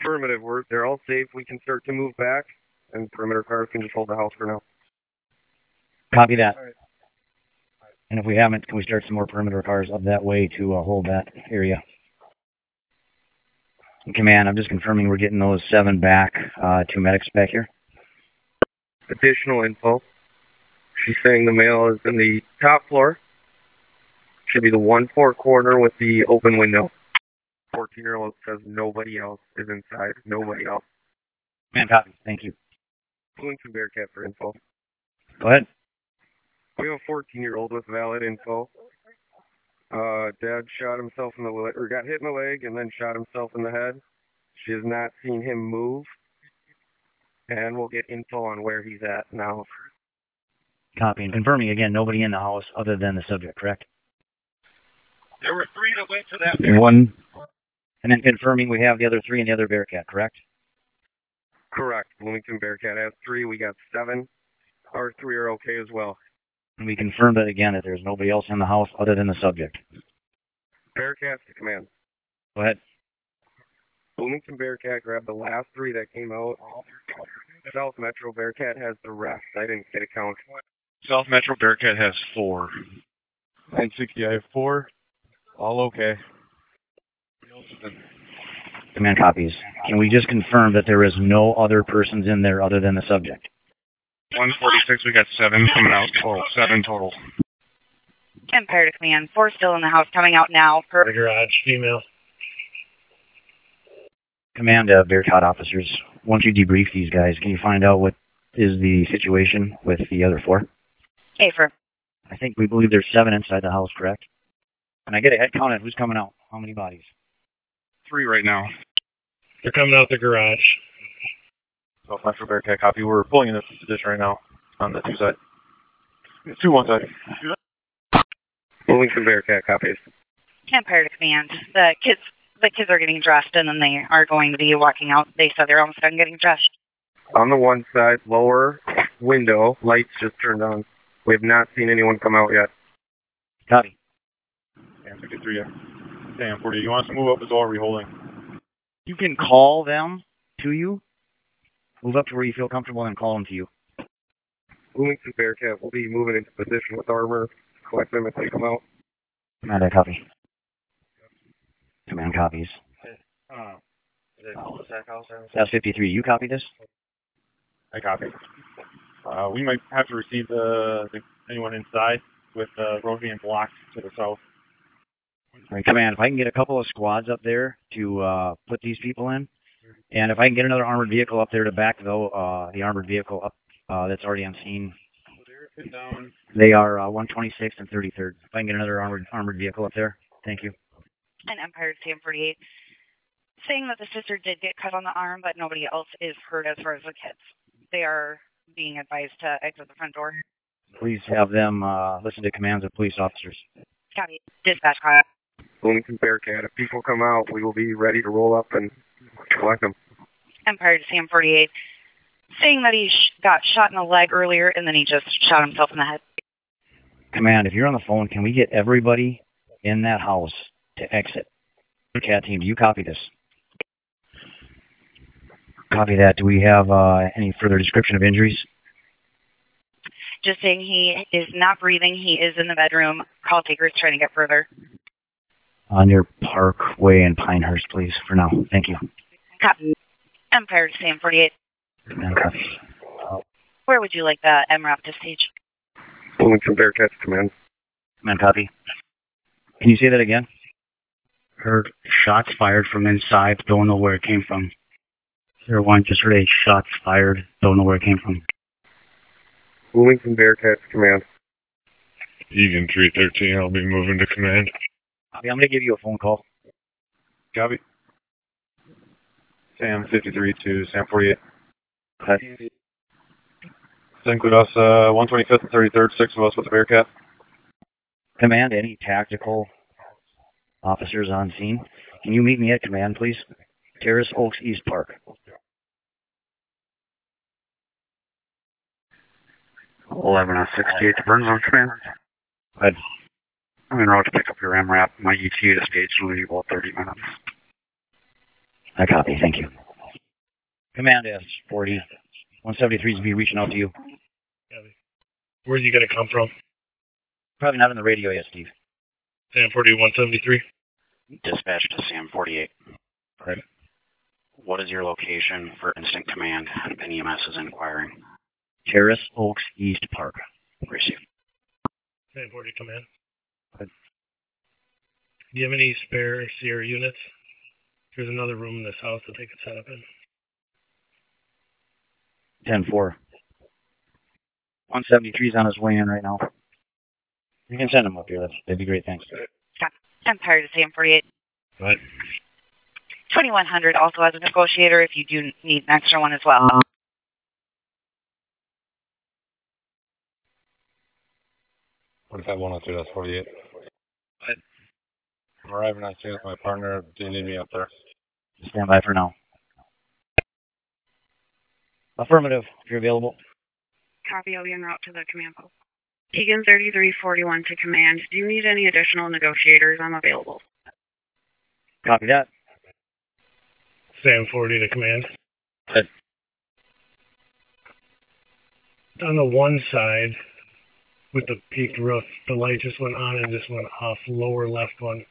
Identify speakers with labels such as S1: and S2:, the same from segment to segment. S1: Affirmative. We're, they're all safe. We can start to move back, and perimeter cars can just hold the house for now.
S2: Copy that.
S1: All right.
S2: And if we haven't, can we start some more perimeter cars up that way to uh, hold that area? Command, I'm just confirming we're getting those seven back uh, to medics back here.
S1: Additional info. She's saying the male is in the top floor. Should be the one floor corner with the open window. 14 year old says nobody else is inside. Nobody else.
S2: Command, copy. Thank you.
S1: Bloomington Bearcat for info.
S2: Go ahead.
S1: We have a 14 year old with valid info. Uh, dad shot himself in the leg, or got hit in the leg and then shot himself in the head. She has not seen him move. And we'll get info on where he's at now.
S2: Copy. And confirming again, nobody in the house other than the subject, correct?
S3: There were three that went to that.
S2: One. And then confirming we have the other three and the other Bearcat, correct?
S1: Correct. Bloomington Bearcat has three. We got seven. Our three are okay as well.
S2: And we confirm that again that there's nobody else in the house other than the subject.
S1: Bearcat's the command.
S2: Go ahead.
S1: Bloomington Bearcat grabbed the last three that came out. South Metro Bearcat has the rest. I didn't get a count.
S4: South Metro Bearcat has four. 960, I have four. All okay.
S2: Command copies. Can we just confirm that there is no other persons in there other than the subject?
S4: 146, we got seven coming out total. Seven total.
S5: Empire to command. Four still in the house, coming out now. Per
S6: The garage, female.
S2: Command uh, Bearcat officers, once you debrief these guys, can you find out what is the situation with the other four?
S5: Safer.
S2: I think we believe there's seven inside the house, correct? And I get a head count on who's coming out. How many bodies?
S4: Three right now.
S6: They're coming out the garage.
S4: South Metro Bearcat copy. We're pulling in this position right now on the two side. Two one side.
S1: Bloomington Bearcat copies.
S5: Empire to command. The kids the kids are getting dressed and then they are going to be walking out. They said they're almost done getting dressed.
S1: On the one side, lower window, lights just turned on. We have not seen anyone come out yet.
S2: Copy.
S4: Damn 63, yeah. Damn 40. You want us to move up as well? Are we holding?
S2: You can call them to you. Move up to where you feel comfortable and call them to you.
S1: Bloomington Bearcat will be moving into position with armor. Collect them if they come out.
S2: Command, I copy. Command copies. Uh-huh. That's 53. You copy this?
S4: I copy. Uh, we might have to receive the, the anyone inside with the uh, road being blocked to the south.
S2: Right, command. If I can get a couple of squads up there to uh, put these people in, and if I can get another armored vehicle up there to back though uh, the armored vehicle up uh, that's already on scene, they are uh, 126th and 33rd. If I can get another armored armored vehicle up there, thank you.
S5: And Empire to Sam forty eight. Saying that the sister did get cut on the arm, but nobody else is hurt as far as the kids. They are being advised to exit the front door.
S2: Please have them uh, listen to commands of police officers.
S5: Copy. Dispatch call.
S1: Bloomington Bearcat, if people come out, we will be ready to roll up and collect them.
S5: Empire to Sam forty eight. Saying that he sh- got shot in the leg earlier and then he just shot himself in the head.
S2: Command, if you're on the phone, can we get everybody in that house to exit? Cat team, do you copy this? Copy that. Do we have uh, any further description of injuries?
S5: Just saying he is not breathing. He is in the bedroom. Call taker is trying to get further.
S2: On your Parkway and Pinehurst, please, for now. Thank you.
S5: Copy. Empire to Sam forty eight.
S2: Command copies.
S5: Where would you like the MRAP to stage?
S1: Bloomington Bearcat's command.
S2: Command copy. Can you say that again?
S7: heard shots fired from inside. Don't know where it came from. Zero one just heard a shots fired. Don't know where it came from.
S1: Bloomington Bearcat's command.
S8: Egan 313, I'll be moving to command.
S2: Copy. I'm going to give you a phone call.
S4: Copy. Sam 53 to Sam 48.
S2: Okay.
S4: Does that include us, uh, 125th and 33rd, six of us with the Bearcat?
S2: Command, any tactical officers on scene? Can you meet me at command, please? Terrace Oaks East Park.
S7: Eleven
S1: oh
S7: on sixty-eight to Burns on command.
S2: Good.
S1: E
S7: I'm en route to pick up your MRAP. My ETA to stage will be about thirty minutes.
S2: I copy. Thank you. Command S40. 173 is me reaching out to you.
S6: Where's he going to come from?
S2: Probably not on the radio yet, Steve.
S6: Sam 4173.
S9: Dispatch to Sam 48. Right. What is your location for instant command? And EMS is inquiring.
S2: Terrace Oaks East Park.
S9: Received.
S6: Sam 40, come in. Do you have any spare Sierra units? There's another room in this house that they could set up in.
S2: 10-4. 173 is on his way in right now. You can send him up here. That's, that'd be great. Thanks.
S5: Empire to Sam 48.
S2: Right.
S5: 2100 also has a negotiator if you do need an extra one as well.
S4: What is that 102? That's 48. I'm arriving on scene with my partner. Do you need me up there?
S2: Stand by for now. Affirmative, if you're available.
S10: Copy, I'll be en route to the command post. Tegan 3341 to command. Do you need any additional negotiators? I'm available.
S2: Copy that.
S6: Sam 40 to command.
S4: Good.
S6: On the one side with the peaked roof, the light just went on and just went off. Lower left one.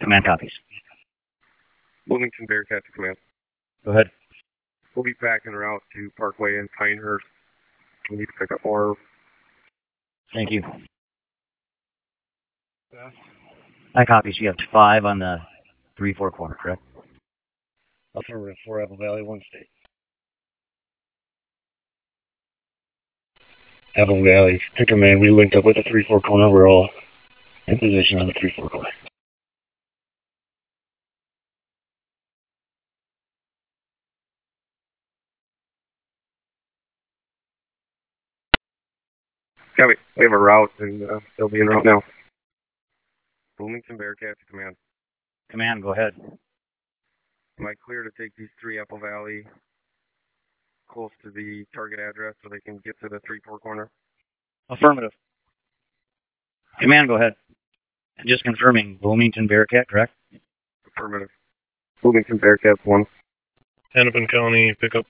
S2: Command copies.
S1: Bloomington Bearcat to command.
S2: Go ahead.
S1: We'll be back en route to Parkway and Pinehurst. We need to pick up more.
S2: Thank you. I copies. You have five on the 3-4 corner, correct?
S6: Affirmative, 4 Apple Valley, 1 state.
S11: Apple Valley. Pick a man. We linked up with the 3 4 corner. We're all in position on the 3 4 corner.
S1: Copy. We have a route, and uh, they'll be en route now. Bloomington Bearcat to command.
S2: Command, go ahead.
S1: Am I clear to take these three Apple Valley close to the target address so they can get to the 3-4 corner?
S2: Affirmative. Command, go ahead. And just confirming, Bloomington Bearcat, correct?
S1: Affirmative. Bloomington Bearcats 1.
S6: Hennepin County pickup.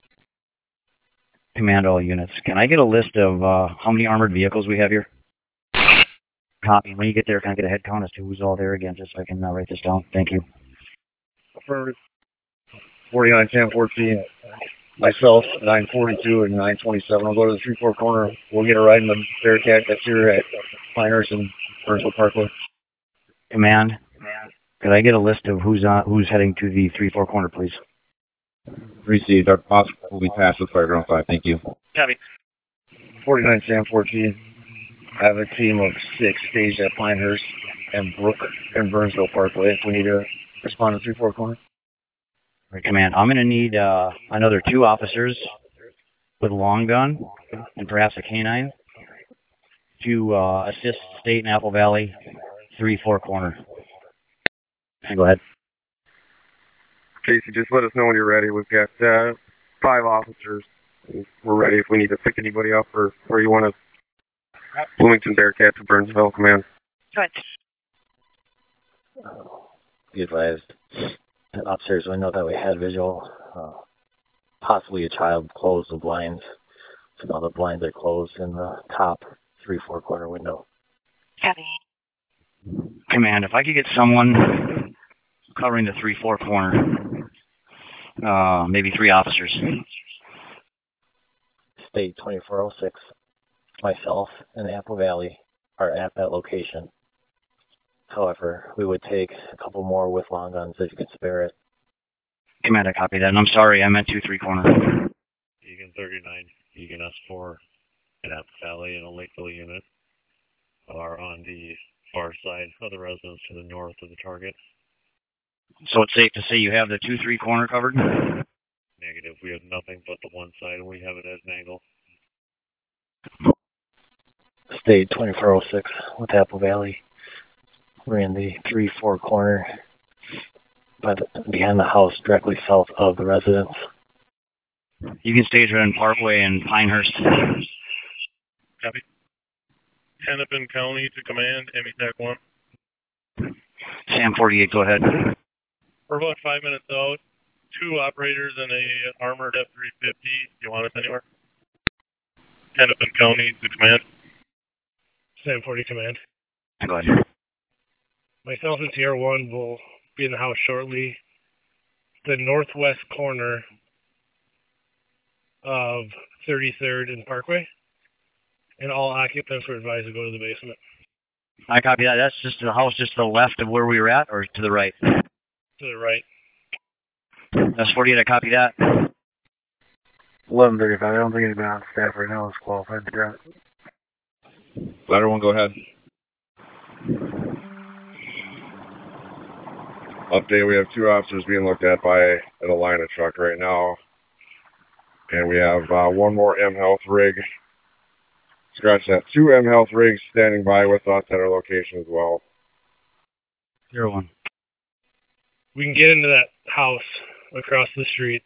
S2: Command all units. Can I get a list of uh, how many armored vehicles we have here? Copy. When you get there, can I get a head count as to who's all there again, just so I can uh, write this down? Thank you.
S11: Affirmative. 49, 10, 14. Myself, 942 and 927. I'll go to the 3 4 corner. We'll get a ride in the Bearcat that's here at Pinehurst and Burnsville Parkway.
S2: Command, could I get a list of who's on, who's heading to the 3-4 corner, please?
S12: Received. Our boss will be passed with fire ground 5. Thank you.
S2: Copy.
S11: 49, 10, 14. I have a team of six staged at Pinehurst and Brook and Burnsville Parkway. If we need to respond to 3 4 corner.
S2: All right, Command, I'm going to need uh, another two officers with a long gun and perhaps a canine to uh, assist State and Apple Valley 3-4 corner. And go ahead.
S1: Casey, just let us know when you're ready. We've got uh, five officers. We're ready if we need to pick anybody up or, or you want to. Bloomington Bearcat to Burnsville Command.
S5: Good.
S13: Be advised. An upstairs window that we had visual, uh, possibly a child closed the blinds. So now the blinds are closed in the top three, four corner window.
S5: Copy.
S2: Command, if I could get someone covering the 3-4 corner, uh, maybe three officers.
S13: State 2406, myself and Apple Valley are at that location. However, we would take a couple more with long guns if you could spare it.
S2: Command, I copy that. And I'm sorry, I meant 2-3 corner.
S14: Egan 39, Egan S4, and Apple Valley and a Lakeville unit are on the far side of the residence to the north of the target.
S2: So it's safe to say you have the 2-3 corner covered?
S14: Negative. We have nothing but the one side, and we have it at an angle.
S13: State 2406 with Apple Valley. We're in the 3-4 corner by the, behind the house directly south of the residence.
S2: You can stage it in Parkway and Pinehurst.
S6: Copy.
S4: Hennepin County to command, METAC 1.
S2: Sam 48, go ahead.
S14: We're about five minutes out. Two operators and a armored F-350. Do you want us anywhere? Hennepin County to command.
S6: Sam 40 Command.
S9: Go ahead.
S6: Myself and Sierra One will be in the house shortly. The northwest corner of 33rd and Parkway, and all occupants were advised to go to the basement.
S2: I copy that. That's just the house, just to the left of where we were at, or to the right.
S6: To the right.
S2: That's 48. I copy that.
S13: 1135, I don't think anybody on staff right now is qualified to drive.
S12: Ladder one, go ahead.
S8: Update, we have two officers being looked at by an Alina truck right now. And we have uh, one more M Health rig. Scratch that. Two M Health rigs standing by with us at our location as well.
S2: Zero one.
S6: We can get into that house across the street.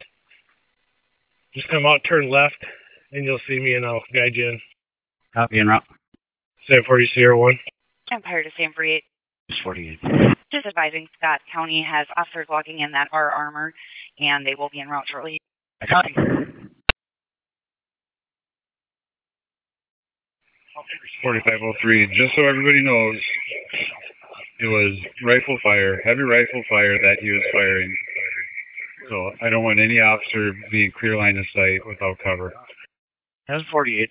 S6: Just come out, turn left, and you'll see me, and I'll guide you in.
S2: Copy and route.
S6: Sam 40 Sierra 1.
S5: Empire to Sam 48.
S2: It's 48.
S5: Just advising Scott County has officers walking in that are armored, and they will be en route shortly.
S2: I copy.
S15: Forty-five oh three. Just so everybody knows, it was rifle fire, heavy rifle fire that he was firing. So I don't want any officer being clear line of sight without cover.
S2: That's 48.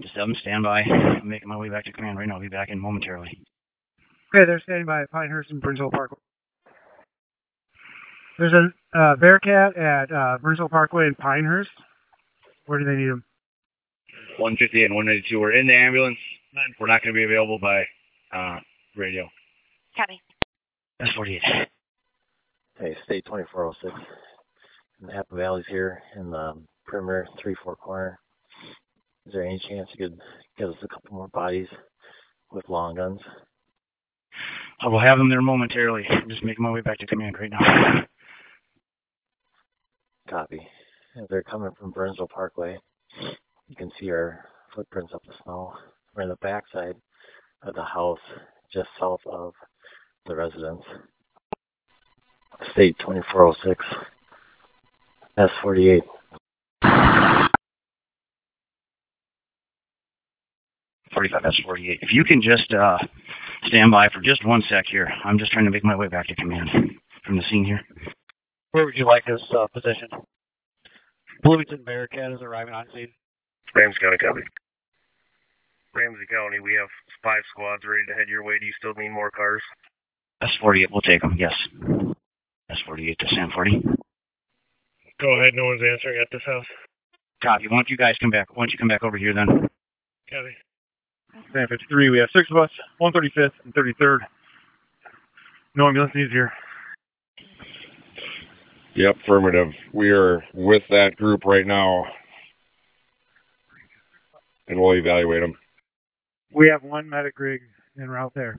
S2: Just have them stand by. I'm making my way back to command right now. I'll be back in momentarily.
S16: Okay, they're standing by Pinehurst and Brinsell Parkway. There's a uh, Bearcat at uh, Brinsell Parkway and Pinehurst. Where do they need him?
S17: 150 and 192 were in the ambulance. We're not going to be available by uh, radio.
S5: Copy.
S2: That's 48.
S13: Hey, State 2406. And Happy Valley's here in the perimeter, 3-4 corner. Is there any chance you could get us a couple more bodies with long guns?
S2: I will have them there momentarily. I'm just making my way back to command right now.
S13: Copy. If they're coming from Burnsville Parkway, you can see our footprints up the snow. We're in the backside of the house just south of the residence. State 2406, S48.
S2: Forty-five S forty-eight. If you can just uh, stand by for just one sec here, I'm just trying to make my way back to command from the scene here.
S18: Where would you like us uh, positioned? Bloomington Bearcat is arriving on scene.
S19: Ramsey County, copy. Ramsey County, we have five squads ready to head your way. Do you still need more cars?
S2: S forty-eight. We'll take them. Yes. S forty-eight to San forty.
S6: Go ahead, no one's answering at this house.
S2: Copy. Why don't you guys come back? Why don't you come back over here then?
S6: Copy.
S4: San 53, we have six of us, 135th and 33rd. No ambulance needs here.
S8: Yep, affirmative. We are with that group right now. And we'll evaluate them.
S16: We have one medic rig en route there.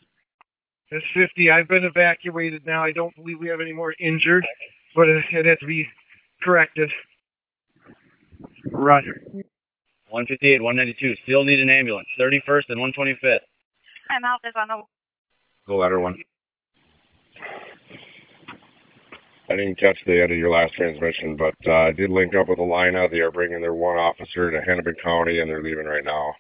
S6: It's 50. I've been evacuated now. I don't believe we have any more injured, but it it had to be corrected.
S17: Roger. 158, 192, still need an ambulance. 31st and 125th.
S5: I'm out is on the
S12: The ladder one.
S8: I didn't catch the end of your last transmission, but uh, I did link up with Alina. They are bringing their one officer to Hennepin County, and they're leaving right now.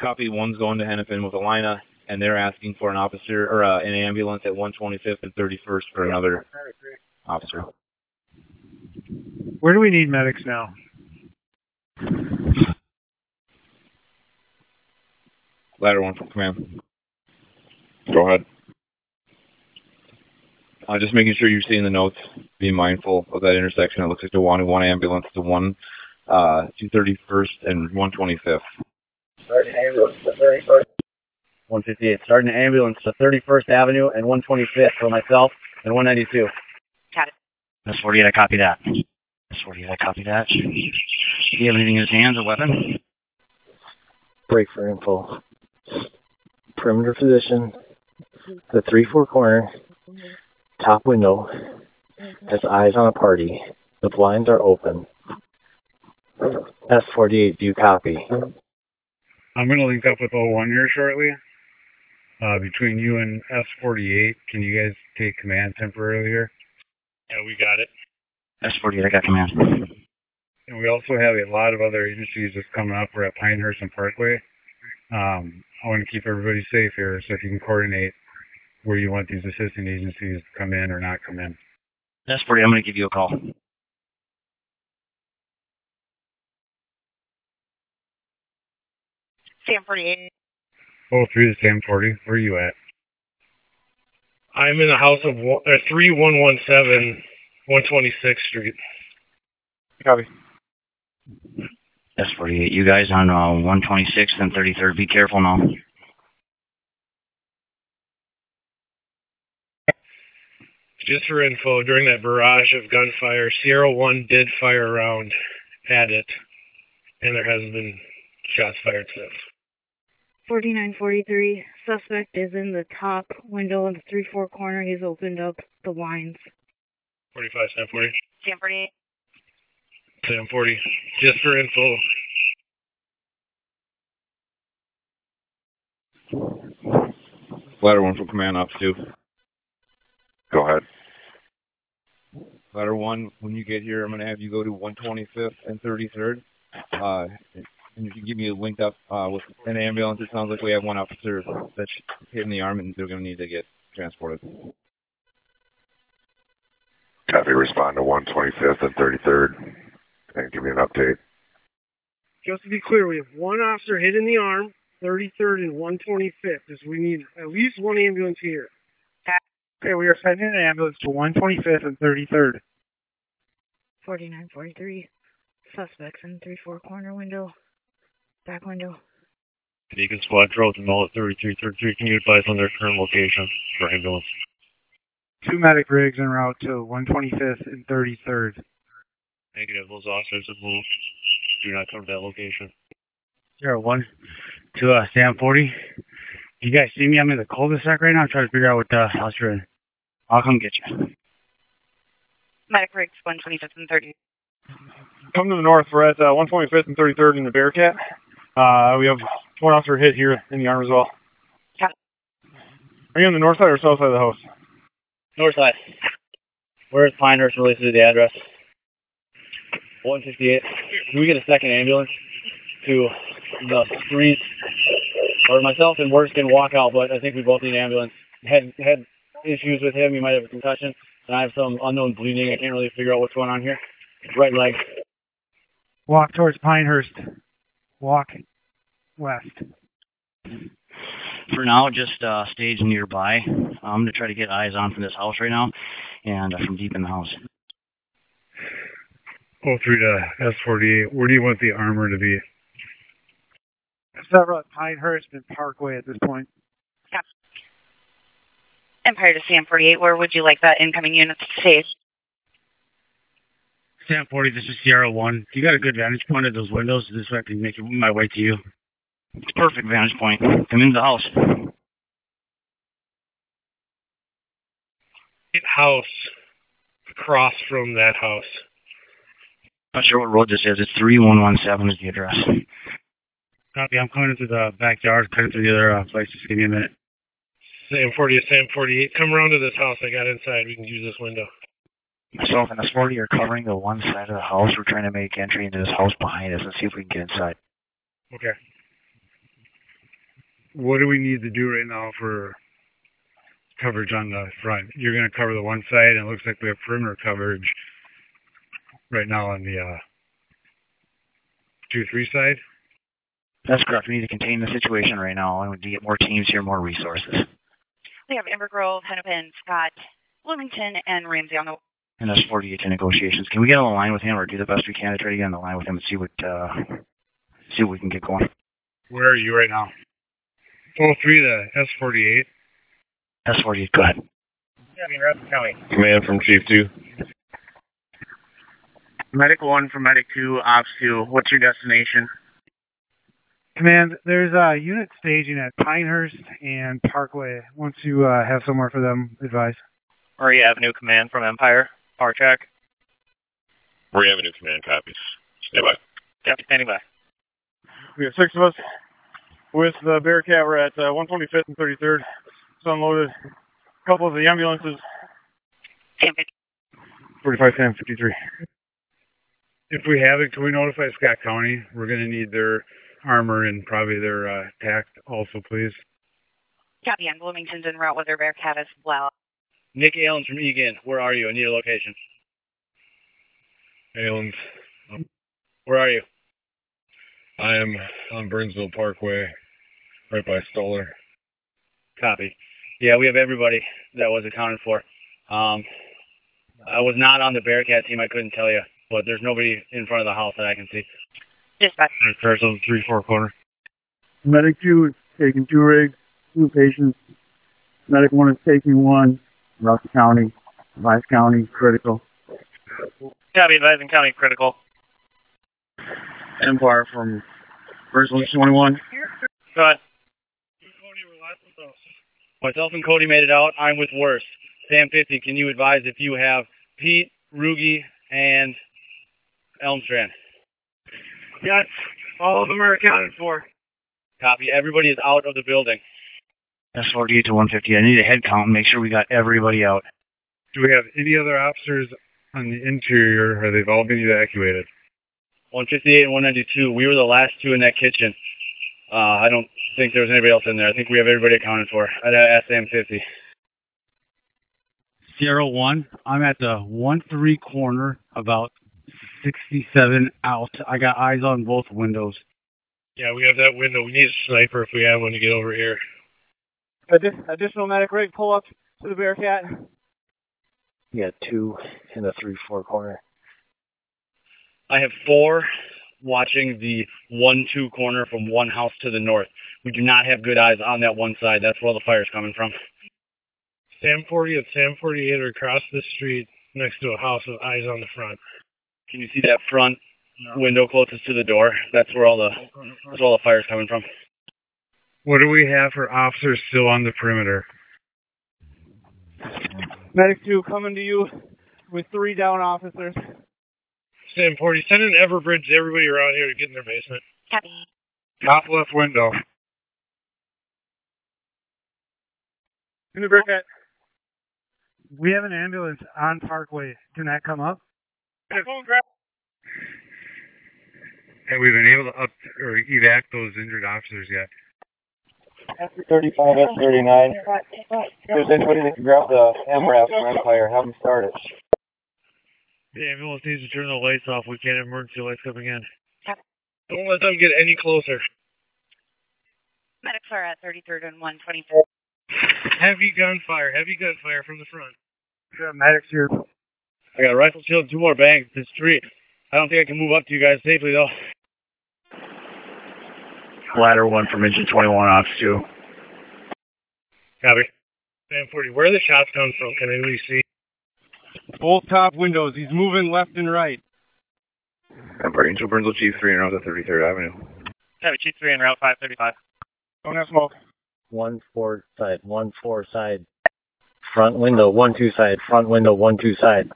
S17: Copy one's going to Hennepin with Alina, and they're asking for an officer or uh, an ambulance at 125th and 31st for another officer.
S16: Where do we need medics now?
S17: Ladder one from command.
S8: Go ahead.
S17: Uh, just making sure you're seeing the notes. Be mindful of that intersection. It looks like the one one ambulance, the one uh, 231st and 125th.
S13: Starting ambulance, the very first.
S17: 158, starting an ambulance to 31st Avenue and 125th for myself and 192.
S2: That's 48. I copy that. That's 48. I copy that. Do you have anything in his hands, a weapon?
S13: Break for info. Perimeter position, the 3-4 corner, top window, has eyes on a party. The blinds are open. S48, do you copy?
S15: I'm going to link up with O1 here shortly. Uh, between you and S48, can you guys take command temporarily here?
S14: Yeah, we got it.
S2: S48, I got command.
S15: And we also have a lot of other agencies that's coming up. We're at Pinehurst and Parkway. Um, I want to keep everybody safe here, so if you can coordinate where you want these assisting agencies to come in or not come in.
S2: S48, I'm going to give you a call.
S5: Sam 48.
S15: Oh, through the Sam 40, where are you at?
S6: I'm in the house of one, or 3117 126th Street.
S15: Copy.
S2: S48, you guys on uh, 126th and 33rd, be careful now.
S6: Just for info, during that barrage of gunfire, Sierra 1 did fire a round at it, and there hasn't been shots fired since.
S20: 4943, suspect is in the top window of the 3-4 corner. He's opened up the blinds.
S6: 45 Sam 40.
S5: Sam 48.
S6: Sam 40. Just for info,
S17: Ladder one from command ops two.
S8: Go ahead.
S17: Ladder one, when you get here, I'm gonna have you go to 125th and 33rd. Uh, and if you give me a link up uh, with an ambulance, it sounds like we have one officer that's hit in the arm, and they're gonna need to get transported.
S8: Copy. Respond to 125th and 33rd, and give me an update.
S6: Just to be clear, we have one officer hit in the arm, 33rd and 125th, is we need at least one ambulance here.
S16: Okay, we are sending an ambulance to 125th and 33rd.
S20: 4943, suspects in 3-4 corner window, back window.
S14: Beacon Squad Drove to Mall at 3333. Can you advise on their current location for ambulance?
S16: Two medic rigs en route to 125th and 33rd.
S14: Negative. Those officers have moved. Do not come to that location.
S7: Zero one to uh, Sam 40. You guys see me? I'm in the cul-de-sac right now. I'm trying to figure out what the house you're in. I'll come get you.
S5: Medic rigs 125th and 30th.
S4: Come to the north. We're at uh, 125th and 33rd in the Bearcat. Uh, we have one officer hit here in the arm as well.
S5: Yeah.
S4: Are you on the north side or south side of the house?
S18: North side. Where is Pinehurst related to the address? 168. Can we get a second ambulance to the street? Or myself and Worst can walk out, but I think we both need an ambulance. Had had issues with him. He might have a concussion, and I have some unknown bleeding. I can't really figure out what's going on here. Right leg.
S16: Walk towards Pinehurst. Walk west.
S2: For now, just uh, stage nearby. I'm going to try to get eyes on from this house right now and uh, from deep in the house.
S15: Oh, through to S48, where do you want the armor to be?
S16: Several at Pinehurst and Parkway at this point.
S5: Empire to Sam 48, where would you like that incoming unit to stay?
S7: Sam 40, this is Sierra 1. You got a good vantage point at those windows. This way I can make my way to you.
S2: It's perfect vantage point. Come into the house.
S6: house across from that house.
S2: Not sure what road this is. It's 3117 is the address.
S7: Copy. I'm coming into the backyard, cutting through the other uh, place. Just give me a minute.
S6: Sam 40 to Sam 48. Come around to this house I got inside. We can use this window.
S2: Myself and S40 are covering the one side of the house. We're trying to make entry into this house behind us and see if we can get inside.
S6: Okay.
S15: What do we need to do right now for coverage on the front? You're going to cover the one side, and it looks like we have perimeter coverage right now on the uh, 2 3 side.
S2: That's correct. We need to contain the situation right now, and we need to get more teams here, more resources.
S5: We have Amber Grove, Hennepin, Scott, Bloomington, and Ramsey on the
S2: And that's 48 to negotiations. Can we get on the line with him or do the best we can to try to get on the line with him and see what uh, see what we can get going?
S15: Where are you right now? Oh, through the S48.
S2: S48, go ahead.
S18: Yeah, I mean, Russell County.
S12: Command from Chief 2.
S18: Medic 1 from Medic 2, Ops 2. What's your destination?
S16: Command, there's a unit staging at Pinehurst and Parkway. Once you uh, have somewhere for them, advise.
S18: Marie Avenue Command from Empire. Power check.
S12: Marie Avenue Command copies. Stand by.
S18: Captain standing by.
S4: We have six of us. With the Bearcat, we're at uh, 125th and 33rd. unloaded. A couple of the ambulances.
S15: 45, 10, 53.
S16: If we have it, can we notify Scott
S15: County, we're going to need their armor and probably their uh, tact also, please.
S5: Copy on Bloomington's en route with their Bearcat as well.
S18: Nick Allen from Egan, where are you? I need a location.
S21: Allen's.
S18: Where are you?
S21: I am on Burnsville Parkway, right by Stoller.
S18: Copy. Yeah, we have everybody that was accounted for. Um, I was not on the Bearcat team. I couldn't tell you, but there's nobody in front of the house that I can see.
S5: Dispatch.
S14: Cars on three four corner.
S22: Medic two is taking two rigs, two patients. Medic one is taking one. Russ County, Vice County, critical.
S18: Copy, Advising County Critical.
S11: Empire from Resolution 21.
S18: Go ahead. Myself and Cody made it out. I'm with Worst. Sam 50, can you advise if you have Pete, Rugi, and Elmstrand?
S3: Yes, all of them are accounted for.
S18: Copy. Everybody is out of the building.
S2: That's 48 to 150. I need a head count and make sure we got everybody out.
S15: Do we have any other officers on the interior? Or they've all been evacuated?
S18: 158 and 192. We were the last two in that kitchen. Uh, I don't think there was anybody else in there. I think we have everybody accounted for. I'd ask Sam 50.
S7: Sierra one. I'm at the one three corner, about sixty seven out. I got eyes on both windows.
S6: Yeah, we have that window. We need a sniper if we have one to get over here.
S23: Addi- additional medic rig pull up to the Bearcat.
S13: Yeah, two in the three four corner.
S18: I have four watching the one two corner from one house to the north. We do not have good eyes on that one side. That's where all the fire's coming from.
S6: Sam 40 and Sam 48 are across the street next to a house with eyes on the front.
S18: Can you see that front window closest to the door? That's where all the that's where all the fire's coming from.
S15: What do we have for officers still on the perimeter?
S23: Medic 2 coming to you with three down officers.
S6: Sam 40, send an Everbridge to everybody around here to get in their basement.
S5: Copy.
S15: Top left window.
S23: In the Bearcat.
S16: We have an ambulance on Parkway. Can that come up?
S15: Have we been able to up or evac those injured officers yet?
S11: After 35, after 39, if there's anybody that can grab the MRAP from Empire, have them start it.
S14: The ambulance needs to turn the lights off. We can't have emergency lights coming in.
S6: Don't let them get any closer.
S5: Medics are at 33rd and 125th.
S6: Heavy gunfire, heavy gunfire from the front.
S16: Medics here.
S18: I got a rifle shield, two more bangs. It's three. I don't think I can move up to you guys safely though.
S2: Ladder one from engine 21 ops two.
S6: Copy. Sam 40, where are the shots coming from? Can anybody see?
S23: Both top windows. He's moving left and right.
S12: Empire Angel Burnsville Chief 3 and out at 33rd Avenue.
S23: Heavy Chief 3 and Route 535. Don't have smoke.
S13: One four side, one four side, front window, one two side, front window, one two side.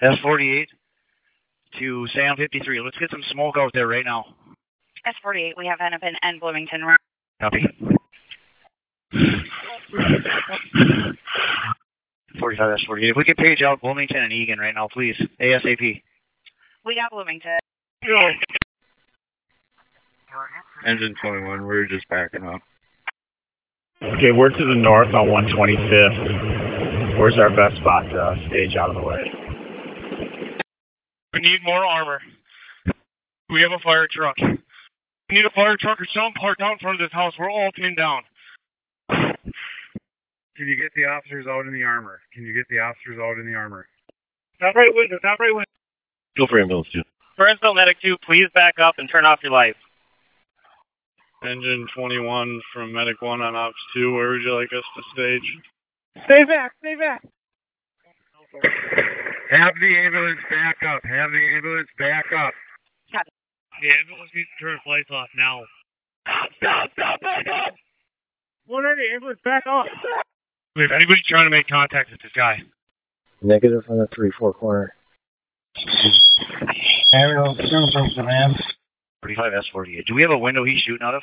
S2: S forty eight to Sam fifty three. Let's get some smoke out there right now.
S5: S48, we have Hennepin and Bloomington. Route.
S2: Copy. Forty five S forty eight. If we could page out Bloomington and Egan right now, please. ASAP.
S5: We got Bloomington.
S12: Engine 21, we're just backing up.
S24: Okay, we're to the north on 125th. Where's our best spot to stage out of the way?
S6: We need more armor. We have a fire truck. We need a fire truck or some parked out in front of this house. We're all pinned down.
S15: Can you get the officers out in the armor? Can you get the officers out in the armor?
S23: Top right window. Top right window.
S12: Go for ambulance too.
S23: Burnsville Medic 2, please back up and turn off your lights.
S24: Engine 21 from Medic 1 on Ops 2, where would you like us to stage?
S23: Stay back. Stay back.
S15: Have the ambulance back up. Have the ambulance back up.
S24: The ambulance needs to turn its lights off now.
S23: Stop. Stop. Back up. 180 ambulance, back up.
S6: We have anybody trying to make contact with this guy.
S13: Negative on the three four corner.
S2: Aerial from command. Forty five S forty eight. Do we have a window he's shooting out of?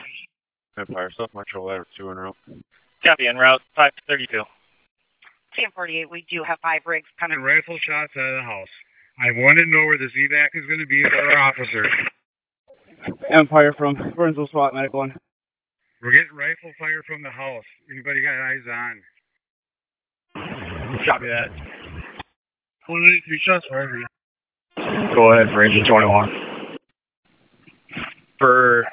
S24: Empire South Metro Ladder 2 en route.
S25: Copy, en route 532.
S5: Sam 48, we do have five rigs coming.
S15: Rifle shots out of the house. I want to know where this evac is going to be for our officers.
S18: Empire from Burnsville SWAT Medic 1.
S15: We're getting rifle fire from the house. Anybody got eyes on?
S6: Copy that.
S15: 183 shots fired.
S6: Go ahead, Ranger 21.
S4: For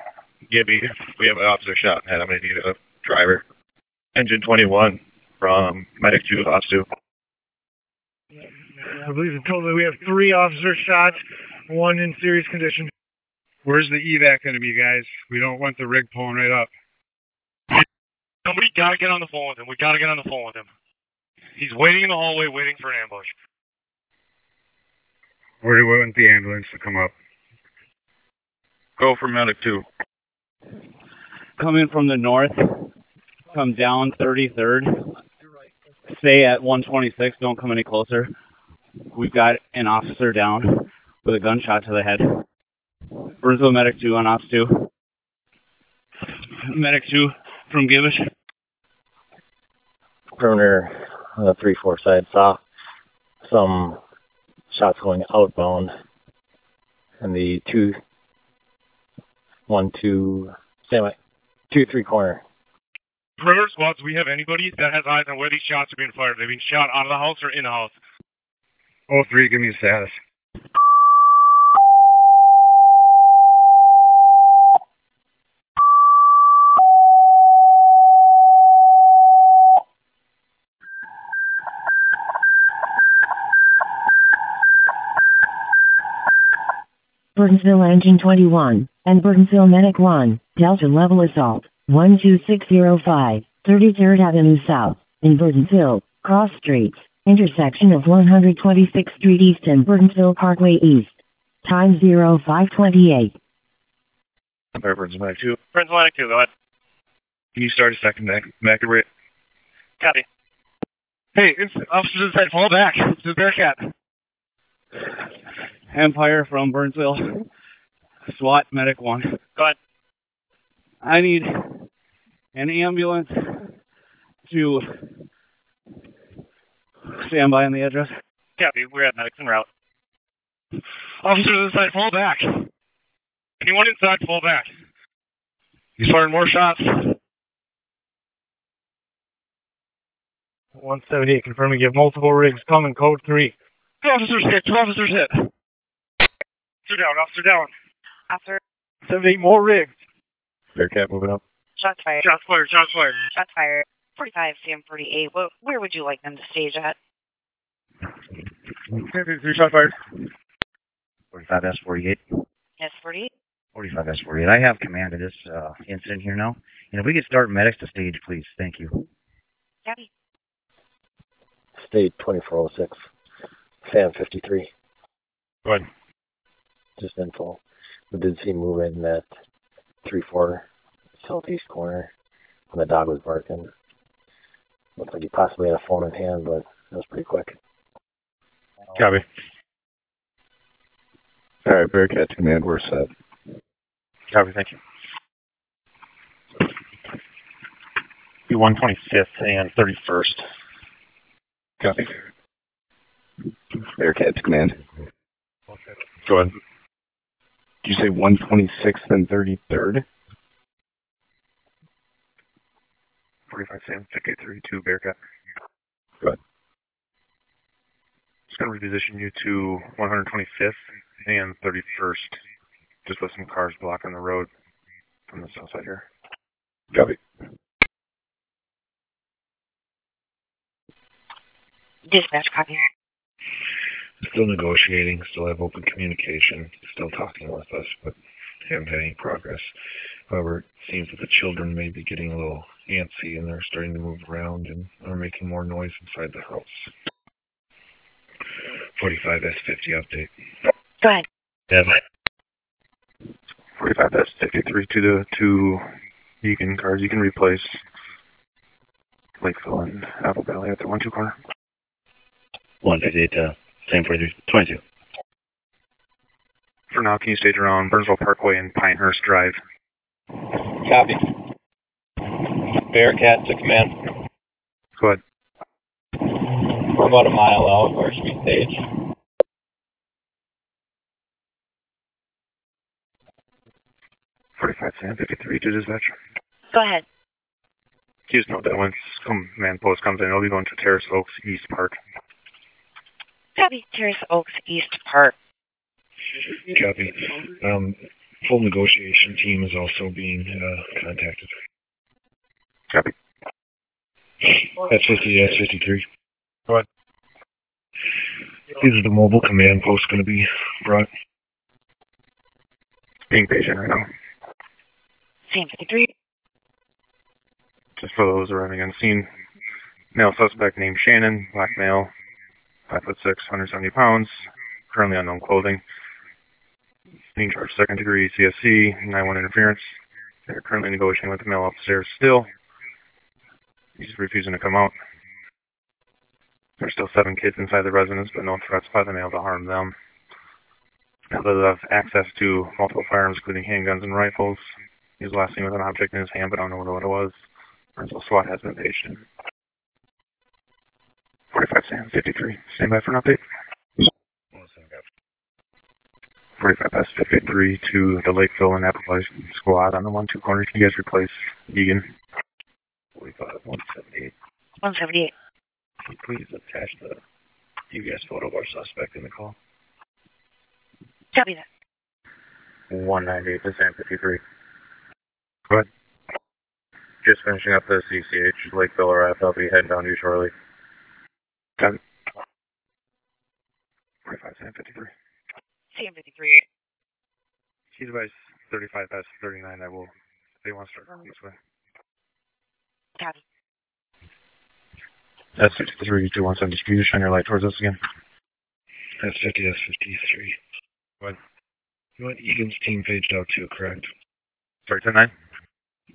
S4: Gibby, we have an officer shot and I'm going to need a driver. Engine 21 from Medic 2, Ops 2.
S15: I believe in total we have three officers shot, one in serious condition. Where's the evac going to be, guys? We don't want the rig pulling right up.
S23: We gotta get on the phone with him. We gotta get on the phone with him. He's waiting in the hallway, waiting for an ambush.
S15: Where do we want the ambulance to come up?
S4: Go for Medic 2.
S18: Come in from the north, come down 33rd, stay at 126, don't come any closer. We've got an officer down with a gunshot to the head. Burnsville Medic 2 on Ops 2. Medic 2 from Gibbish.
S13: perimeter uh, three four side saw some shots going outbound and the two one two same way, two three corner
S23: Perimeter squads, we have anybody that has eyes on where these shots are being fired. They're being shot out of the house or in the house.
S15: All three, give me a status.
S20: Burnsville Engine 21, and Burnsville Medic 1, Delta Level Assault, 12605, 33rd Avenue South, in Burnsville, Cross Streets, intersection of 126th Street East and Burnsville Parkway East. Time 0528.
S4: Empire Burns Medic 2.
S25: Prince Atlantic 2, go ahead.
S4: Can you start a second back, back to it?
S25: Copy.
S23: Hey, it's officer to the side, fall back. It's the Bearcat.
S18: Empire from Burnsville. SWAT Medic 1.
S25: Go ahead.
S18: I need an ambulance to stand by on the address.
S25: Copy, we're at Medics en route.
S23: Officer to the side, fall back. Anyone inside, fall back. He's firing more shots.
S15: 178, confirming you have multiple rigs coming, code 3.
S23: Two officers hit, two officers hit. Two down, officer down.
S5: Officer,
S23: 78 more rigs.
S4: Bearcat moving up.
S5: shots fired.
S23: Shots fired, shots fired.
S5: Shots fired. 45, Sam 48, wh- where would you like them to stage at?
S4: Three shot fired.
S2: 45 S48.
S5: S 48?
S2: 45 S48. I have command of this uh, incident here now. And if we could start medics to stage, please. Thank you.
S5: Copy.
S13: state 2406 fan 53
S4: Go ahead.
S13: just info we did see movement in that 3-4 southeast corner when the dog was barking looked like he possibly had a phone in hand but that was pretty quick
S4: Copy.
S26: All right, Bearcat Command, we're set.
S4: Copy, thank you. Be 125th and 31st.
S26: Copy. Bearcat Command.
S4: Go ahead.
S26: Did you say 126th and 33rd?
S4: 45 Sam, 5832 Bearcat.
S26: Go ahead.
S4: Just going to reposition you to 125th and 31st. Just with some cars blocking the road from the south side here.
S26: Copy.
S5: Dispatch copy.
S14: Still negotiating, still have open communication, still talking with us, but haven't had any progress. However, it seems that the children may be getting a little antsy and they're starting to move around and are making more noise inside the house. 45 S50 update.
S5: Go ahead.
S14: Yes.
S4: 45 S 53 to the two Beacon cars you can replace. Lakeville and Apple Valley at the 1 2 corner.
S6: 158, uh, same 43, 22.
S4: For now, can you stage around Burnsville Parkway and Pinehurst Drive?
S18: Copy.
S23: Bearcat to command.
S4: Go ahead.
S23: We're about a mile out, Varsity Stage.
S4: Forty-five Sam fifty-three to dispatch.
S5: Go ahead.
S4: Just note that once command post comes in, it'll be going to Terrace Oaks East Park.
S5: Copy, Terrace Oaks East Park.
S14: Copy. Um, full negotiation team is also being uh, contacted.
S4: Copy.
S14: That's 50, that's 53.
S4: Go ahead.
S14: Is the mobile command post going to be brought?
S4: Being patient right now.
S5: Sam 53.
S4: Just for those arriving unseen, male suspect named Shannon, black male, 5 foot 6, 170 pounds, currently unknown clothing. Being charged second degree CSC, 9-1 interference. They're currently negotiating with the male upstairs still. He's refusing to come out. There's still seven kids inside the residence, but no threats by the male to harm them. Now that they have access to multiple firearms, including handguns and rifles, he's last seen with an object in his hand, but I don't know what it was. Rental SWAT has been paged in. 45 Sam, 53. Stand by for an update. 45 past 53 to the Lakeville and Appalachia squad on the 1-2 corner. Can you guys replace Egan?
S14: 45, 178.
S5: 178.
S14: Please attach the UBS photo of our suspect in the call.
S5: Copy that.
S13: 198 to Sam 53.
S4: Go ahead.
S13: Just finishing up the CCH Lakeville RF. I'll be heading down to you shortly.
S4: Done. 45 Sam 53.
S5: Sam 53.
S4: She's advised 35 past 39. I will. They want to start running this way.
S5: Copy.
S4: That's 53 to 170. Can you just shine your light towards us again?
S14: That's 50, that's 53.
S4: Go ahead.
S14: You want Egan's team paged out too, correct?
S4: Sorry, 10-9?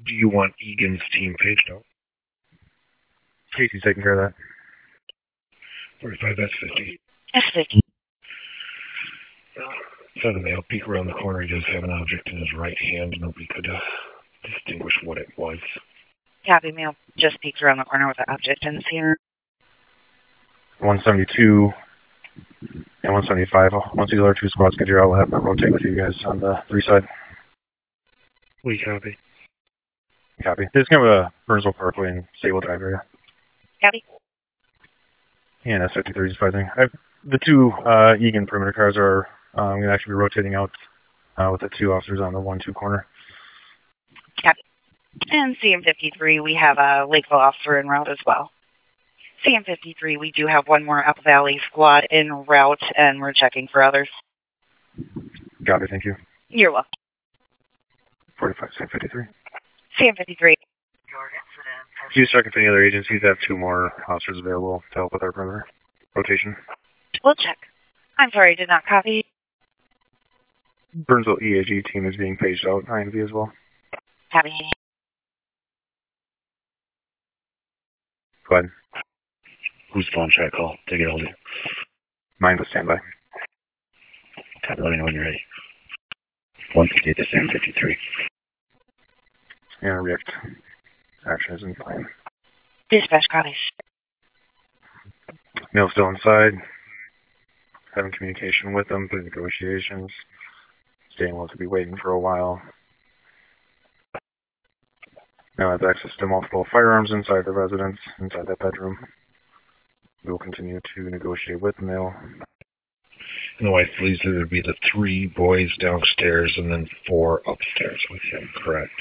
S14: Do you want Egan's team paged out?
S4: Casey's taking care of that.
S14: 45, that's 50.
S5: That's 50.
S14: Seven male peek around the corner. He does have an object in his right hand. Nobody could uh, distinguish what it was.
S5: Copy, ma'am. Just peeked around the corner with the object in his hand.
S4: 172 and 175. Once these other two squads get here, I'll have them rotate with you guys on the three side.
S14: We copy.
S4: Copy. This is kind of a Burnsville Parkway and Sable Drive area.
S5: Copy.
S4: Yeah, that's 53 surprising. I, the two uh, Egan perimeter cars are um, going to actually be rotating out uh, with the two officers on the 1-2 corner.
S5: Copy. And CM53, we have a Lakeville officer en route as well. CM53, we do have one more Apple Valley squad en route, and we're checking for others.
S4: Got it, thank you.
S5: You're welcome.
S4: 45, 53.
S5: CM53.
S4: Do you check if any other agencies have two more officers available to help with our perimeter rotation?
S5: We'll check. I'm sorry, I did not copy.
S4: Burnsville EAG team is being paged out, INV as well.
S5: Copy.
S4: Go ahead.
S14: Who's phone check call? Take it all day.
S4: Mine was standby.
S14: Copy, let me know when you're ready. 158 to Sam 53.
S4: And react. Action is in plan.
S5: Dispatch copies.
S4: Neil still inside. Having communication with them through negotiations. Staying will to be waiting for a while. Now has access to multiple firearms inside the residence, inside that bedroom. We will continue to negotiate with Mill.
S14: And the wife believes that there'd be the three boys downstairs and then four upstairs with him, correct?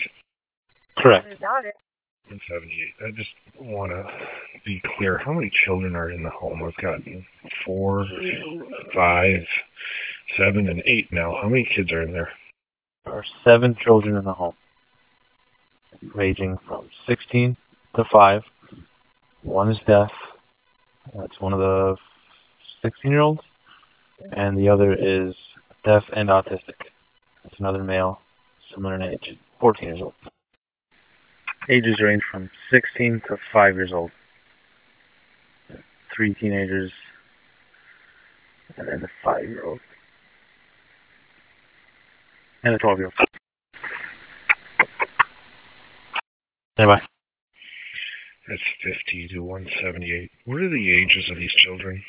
S27: Correct.
S28: Got it.
S14: And 78. I just want to be clear. How many children are in the home? I've got four, five, seven, and eight now. How many kids are in there?
S13: There are seven children in the home, ranging from 16 to 5. One is deaf. That's one of the 16-year-olds. And the other is deaf and autistic. That's another male, similar in age, 14 years old.
S29: Ages range from 16 to 5 years old.
S13: Three teenagers, and then a five-year-old.
S4: And a 12-year-old.
S13: Stand by.
S14: That's 50 to 178. What are the ages of these children?